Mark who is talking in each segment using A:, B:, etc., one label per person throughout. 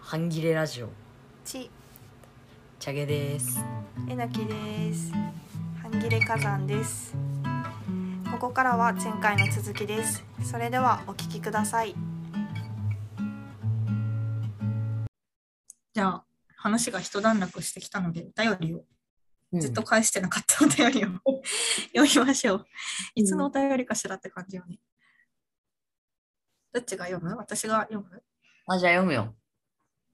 A: 半切れラジオ
B: ち
A: チャゲです
B: えなきです半切れ火山ですここからは前回の続きですそれではお聞きください
C: じゃあ話が一段落してきたのでお便りをずっと
A: うん
C: 返してなかったお便りを読みましょう。いつのお便りかしらって感じよね。どっちが読む私が読む
A: あじゃあ読むよ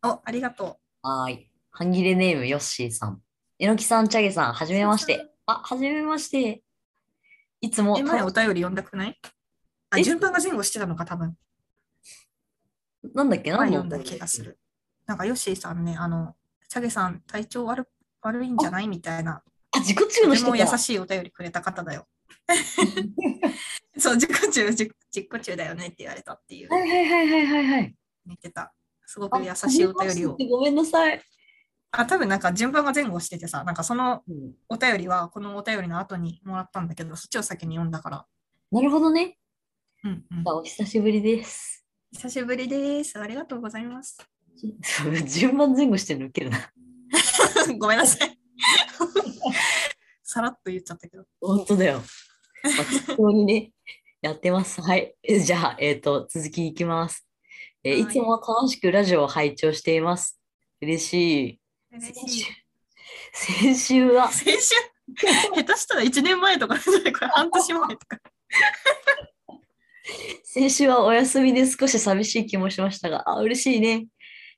C: おありがと
A: はーい半切れネームヨッシーさんえのきさんチャゲさんはじめましてあはじめましていつも
C: う。え前お便り読んだくないあ
A: え
C: 順番が前後してたのか多分。
A: なんだっけ
C: 前
A: 何の
C: 読んだ気がする。なんかヨッシーさんね、あの、チャゲさん体調悪悪いんじゃないみたいな、
A: あ自己中
C: と
A: の
C: て
A: 人
C: も優
A: だ
C: しいお便りくれた方 だよ。そう、自己中、自己自己中だよねって言われたっていう。
A: はいはいはいはいはいはい
C: 言ってた。すご
A: あ
C: く優しいお便り
A: はじ。め
C: を
A: ましてごめんなさい、
C: あ、多分なんか順番が前後しててさ、なんかその
A: うん
C: お便りはこのお便りの後にもらったんだけど、そっちを先に読んだから。
A: なるほどね
C: うんうん
A: じゃあお久しぶりです
C: 久しぶりです。ありがとうございます。
A: 順番前後してるのウケるな
C: ごめんなさい。さらっと言っちゃったけど。
A: 本当 だよ。まあ、適当にね、やってます。はい。えじゃあ、えっ、と、続きいきます。え
C: はい
A: いつも楽しくラジオを拝聴しています。嬉しい。
C: 嬉しい。
A: 先週先週は、
C: 先週、下手したら1年前とかじゃないこれ半年前とか。
A: 先週はお休みで少し寂しい気もしましたが、あ、嬉しいね。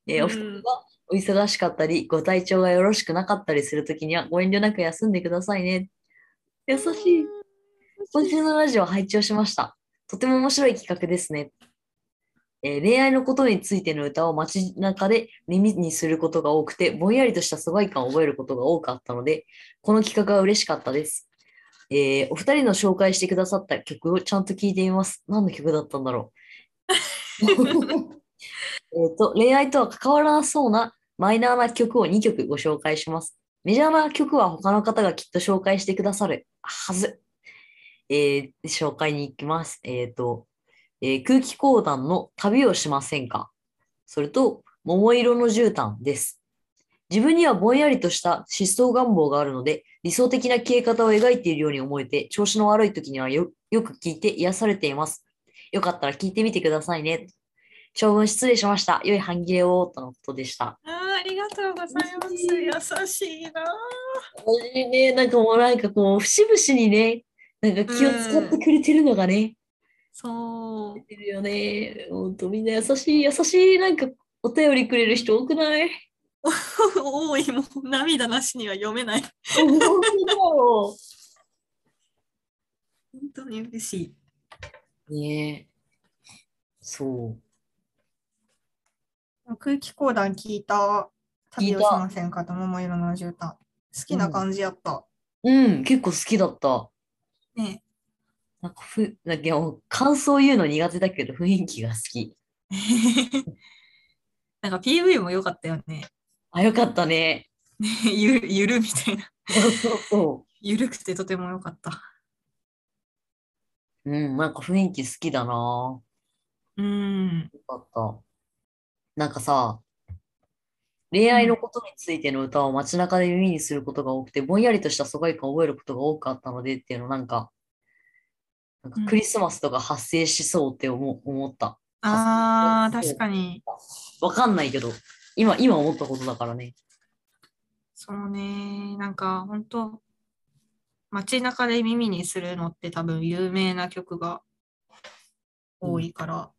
A: えーお二
C: う
A: 人が
C: ん
A: お忙しかったり、ご体調がよろしくなかったりするときには、ご遠慮なく休んでくださいね。優しい。今週のラジオを拝聴しました。とても面白い企画ですね。えー恋愛のことについての歌を街中で耳にすることが多くて、ぼんやりとした疎外感を覚えることが多かったので、この企画は嬉しかったです。えーお二人の紹介してくださった曲をちゃんと聴いてみます。何の曲だったんだろう。 えっと、恋愛とは関わらなそうなマイナーな曲を2曲ご紹介します。メジャーな曲は他の方がきっと紹介してくださるはず。えー紹介に行きます。えっ、と、えー空気講談の旅をしませんかそれと、桃色の絨毯です。自分にはぼんやりとした失踪願望があるので、理想的な消え方を描いているように思えて、調子の悪い時にはよよく聞いて癒されています。よかったら聞いてみてくださいね。長文失礼しました。良い半切れをとのことでした。
C: あありがとうございます。優しいな。
A: 私ね、なんかもうなんかこう、節々にね、なんか気を使ってくれてるのがね、
C: そう。
A: いるよね。ほんとみんな優しい、優しい、なんかお便りくれる人多くない
C: 多いもう涙なしには読めない。
A: 本当だよ。
C: 本当に嬉しい。
A: ねえ。そう。
C: 空気講談聞いた
A: 聞い
C: 旅
A: た
C: をしませんかと桃色の絨毯。好きな感じやった。
A: うん、結構好きだった。
C: ね
A: なんかふ、なんかもう感想言うの苦手だけど、雰囲気が好き。
C: え なんか PV も良かったよね。
A: あ、よかったね。
C: ゆゆるみたいな。
A: そうそうそ
C: ゆるくてとても良かった。
A: う。うん、なんか雰囲気好きだな。
C: うん。
A: よかった。なんかさ、恋愛のことについての歌を街中で耳にすることが多くて、ぼんやりとした疎外感を覚えることが多かったのでっていうの、なんか、なんかクリスマスとか発生しそうって思思った。
C: ああ、
A: そう
C: 確かに。
A: わかんないけど、今、今思ったことだからね。
C: そうね。なんか本当街中で耳にするのって多分有名な曲が多いから、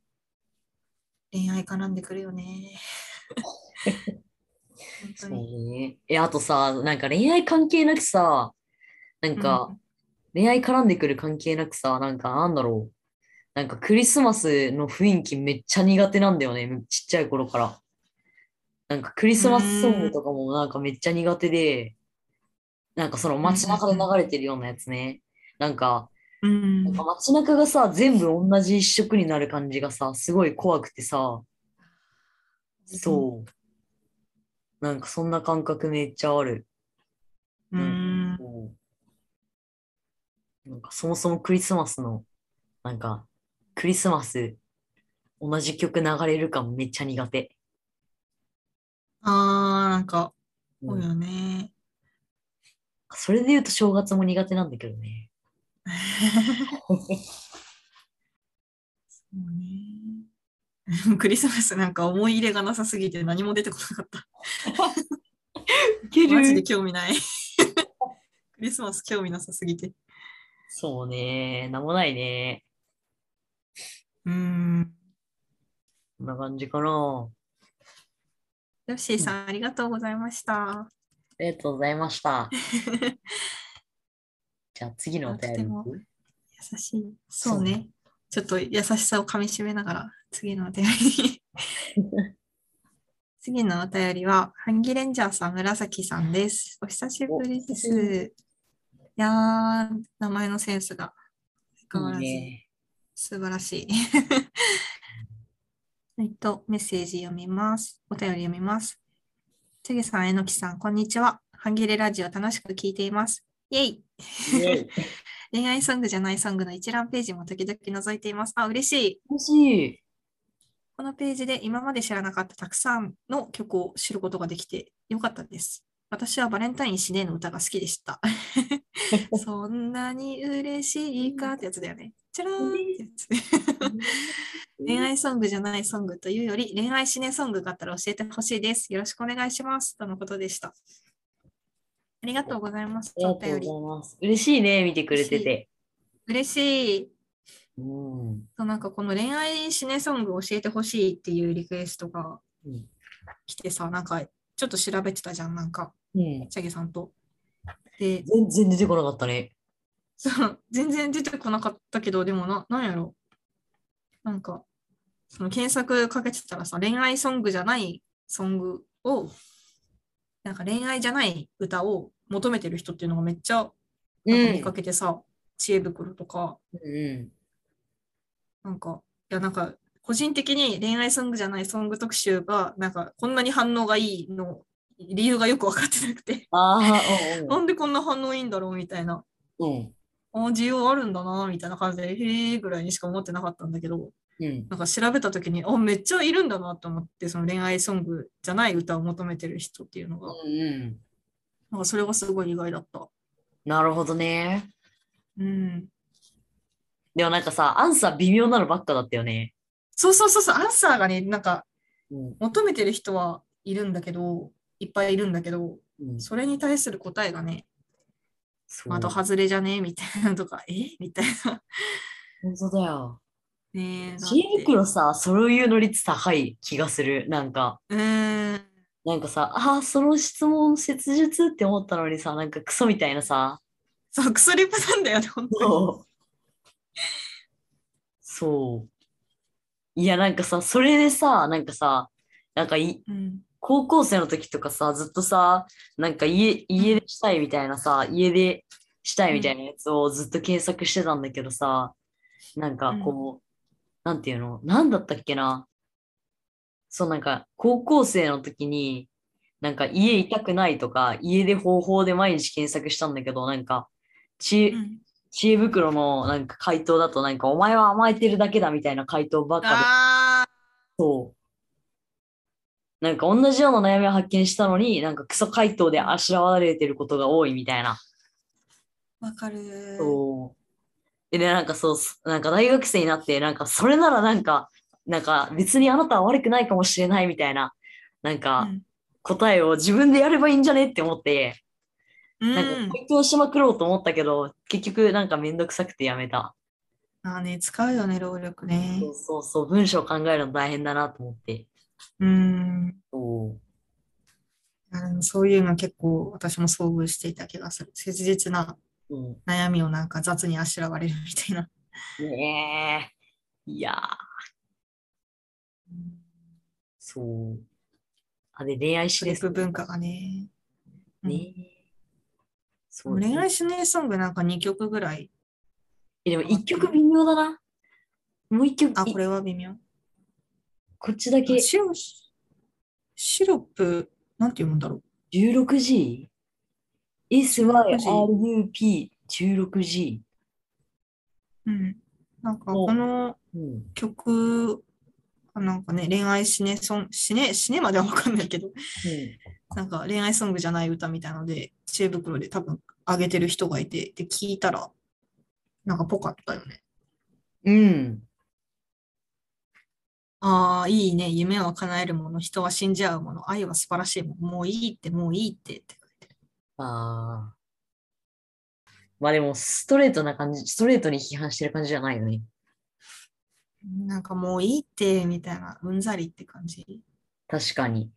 C: 恋愛絡んでくるよ ね。本当
A: そう
C: に。
A: ね。え、あとさ、なんか恋愛関係なくさ、なんか、恋愛絡んでくる関係なくさ、なんかなんだろう。なんかクリスマスの雰囲気めっちゃ苦手なんだよね、ちっちゃい頃から。なんかクリスマスソングとかもなんかめっちゃ苦手で、なんかその街中で流れてるようなやつね。なんか、
C: うん。
A: なんか街中がさ、全部同じ一色になる感じがさ、すごい怖くてさ、そう。なんかそんな感覚めっちゃある。
C: うーん。
A: そうなんかそもそもクリスマスの、なんか、クリスマス、同じ曲流れる感めっちゃ苦手。
C: あー、なんか、そううんよね。
A: それで言うと正月も苦手なんだけどね。
C: そうね。 クリスマスなんか思い入れがなさすぎて何も出てこなかった。マジで興味ない。 クリスマス興味なさすぎて。
A: そうね。なんもないね。
C: うーん。
A: こんな感じかな。
C: ヨッシーさん、ありがとうございました。
A: ありがとうございま した。じゃあ次のお便りに行く。
C: 優しい。そうね。ちょっと優しさをかみしめながら、次のお便りに。 次のお便りは、ハンギレンジャーさん、紫さんです。お久しぶり
A: お
C: で
A: 久しぶ
C: す。いやー、名前のセンスが相変わらず
A: いいね。
C: 素晴らしい。 えっと、メッセージ読みます。お便り読みます。チェゲさん、えのきさん、こんにちは。ハンギレラジオ楽しく聞いています。イェイ
A: イェ イ
C: 恋愛ソングじゃないソングの一覧ページも時々覗いています。あ、嬉しい。
A: 楽し い。
C: このページで今まで知らなかったたくさんの曲を知ることができてよかったです。私はバレンタイン死ねの歌が好きで した。そんなに嬉しいかってやつだよね。チャラーンってやつ。恋愛ソングじゃないソングというより恋愛死ねソングがあったら教えてほしいです。よろしくお願いします。とのことでした。ありがとうございます。
A: ありが
C: お
A: と
C: 便
A: う
C: り。
A: ございます。嬉しいね、見てくれてて。
C: 嬉しい。
A: うん。
C: そうなんかこの恋愛シネソング教えてほしいっていうリクエストが
A: うん
C: 来てさ、なんかちょっと調べてたじゃん、なんか、
A: うん、
C: チャゲさんと。で、
A: 全然出てこなかったね。
C: そう全然出てこなかったけど、でもな、なんやろ。なんか、その検索かけてたらさ、恋愛ソングじゃないソングを、なんか恋愛じゃない歌を求めてる人っていうのがめっちゃ
A: う
C: なん
A: ん
C: か見かけてさ、知恵袋とか、
A: うん
C: なんか、いや、なんか、個人的に恋愛ソングじゃないソング特集が、なんか、こんなに反応がいいの、理由がよく分かってなくて、
A: ああ、
C: なんでこんな反応いいんだろうみたいな、
A: うんうん。
C: あ需要あるんだな、みたいな感じで、へえぐらいにしか思ってなかったんだけど、
A: うん。
C: なんか調べた時に、あ、めっちゃいるんだなと思って、その恋愛ソングじゃない歌を求めてる人っていうのが、
A: うん。
C: なんかそれがすごい意外だった。
A: なるほどね。
C: うん。
A: でもなんかさ、アンサー微妙なのばっかだったよね。
C: そうそうそうそう、アンサーがね、なんか、
A: うん。
C: 求めてる人はいるんだけど、いっぱいいるんだけど、
A: うん、
C: それに対する答えがね、
A: そう
C: 窓外れじゃねえみたいなのとか、えみたいな。
A: 本当だよ。
C: ねえだって
A: 知恵袋さ、そういうの率高い気がする。なんか、
C: うーん。
A: なんかさ、ああ、その質問切実って思ったのにさ、なんかクソみたいなさ。
C: そう、クソリップなんだよね、本当に。
A: そう。そう。いや、なんかさ、それでさ、なんかさ、なんかい
C: うん。
A: 高校生の時とかさ、ずっとさ、なんか家家でしたいみたいなさ、家でしたいみたいなやつをずっと検索してたんだけどさ、なんかこう、なんていうの、なんだったっけな。そうなんか、高校生の時に、なんか家痛くないとか、家で方法で毎日検索したんだけど、なんか、ち、
C: うん
A: 知恵袋のなんか回答だと、なんか、お前は甘えてるだけだみたいな回答ばっかで。
C: あ
A: そう。なんか同じような悩みを発見したのに、なんかクソ回答であしらわれてることが多いみたいな。
C: ー、わかる。
A: そう。で、なんかそう、すなんか大学生になって、なんかそれならなんか、なんか別にあなたは悪くないかもしれないみたいな、なん
C: う
A: か
C: ん。
A: 答えを自分でやればいいんじゃねって思って、
C: うん
A: なんか回答しまくろうと思ったけど、結局なんかめんどくさくてやめた。
C: あーね、使うよね、労力ね
A: そ。うそうそう、文章考えるの大変だなと思って。
C: うん。
A: そう。
C: あのそういうの結構私も遭遇していた気がする。切実な
A: うん
C: 悩みをなんか雑にあしらわれるみたいな。
A: ねえ。いやーそう。あ、で、恋愛し
C: ク
A: で
C: リ
A: す
C: ップ文化がね。うん
A: ね。そうですね
C: 恋愛シネソングなんか2曲ぐらい。
A: えでも一曲微妙だな。もう一曲
C: あ、
A: い
C: これは微妙。
A: こっちだけ
C: シロシロップ、なんて読むんだろう。
A: 16G? SYRUP16G。
C: うん。なんか、
A: お
C: この
A: うん。
C: 曲なんかね、恋愛シネソン、シネ、シネまではわかんないけど、なんか恋愛ソングじゃない歌みたいので、知恵袋で多分上げてる人がいて、で、聞いたら、なんかぽかったよね。
A: うん。うん。
C: ああ、いいね。夢は叶えるもの、人は信じ合うもの、愛は素晴らしいもの、もういいって、もういいってって書いてる。
A: ああ。まあでも、ストレートな感じ、ストレートに批判してる感じじゃないよね。
C: なんかもういいって、みたいな、うんざりって感じ。
A: 確かに。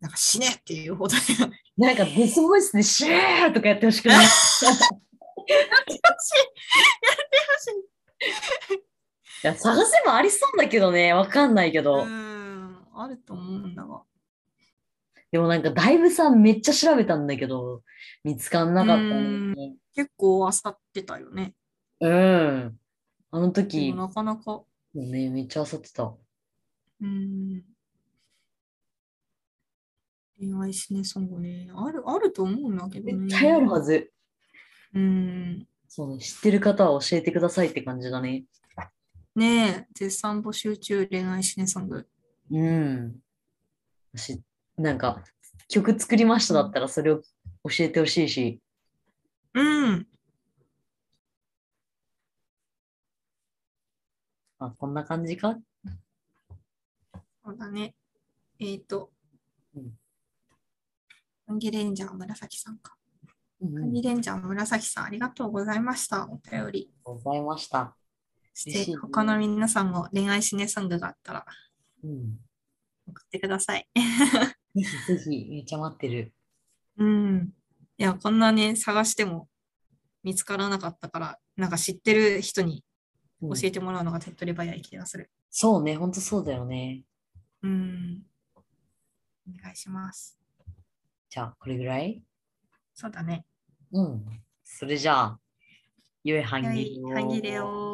C: なんか死ねっていうほどではない。
A: なんかデスボイスでシェーとかやってほしく ない。いや探せばありそうだけどね、わかんないけ
C: う
A: ど。
C: ん、あると思うんだが。
A: でもなんかだいぶさ、めっちゃ調べたんだけど、見つかんなかった
C: う
A: ね
C: ん。結構あさってたよね。
A: うん。あの
C: で
A: 時、
C: もなかなか。
A: ね、めっちゃ焦ってた。
C: うん。恋愛シネソングね。ある、あると思うんだけどね。
A: 絶対あるはず。
C: うん。
A: そうね、知ってる方は教えてくださいって感じだね。
C: ねえ、絶賛募集中恋愛シネソング。
A: うん。し、なんか、曲作りましただったらそれを教えてほしいし、
C: うん。
A: あ、こんな感じか
C: そうだね。えっ、と
A: うん。
C: ハンギレンジャー紫さんか。
A: うん
C: ハ
A: う
C: ン
A: ん
C: ギレンジャー紫さん、ありがとうございました。お便り。
A: ございました。
C: そ
A: 嬉
C: し
A: しい
C: て、
A: ね
C: 他の皆さんも恋愛シネソングがあったら
A: うん。
C: 送ってください。
A: ぜひぜひ、めっちゃ待ってる。
C: うん。いや、こんなね、探しても見つからなかったから、なんか知ってる人に
A: うん
C: 教えてもらうのが手っ取り早い気がする。
A: そうね、ほんとそうだよね。
C: うん。お願いします。
A: じゃあ、これぐらい
C: そうだね。
A: うん。それじゃあ、良い半
C: は
A: 切
C: い
A: りを。
C: 半切れを。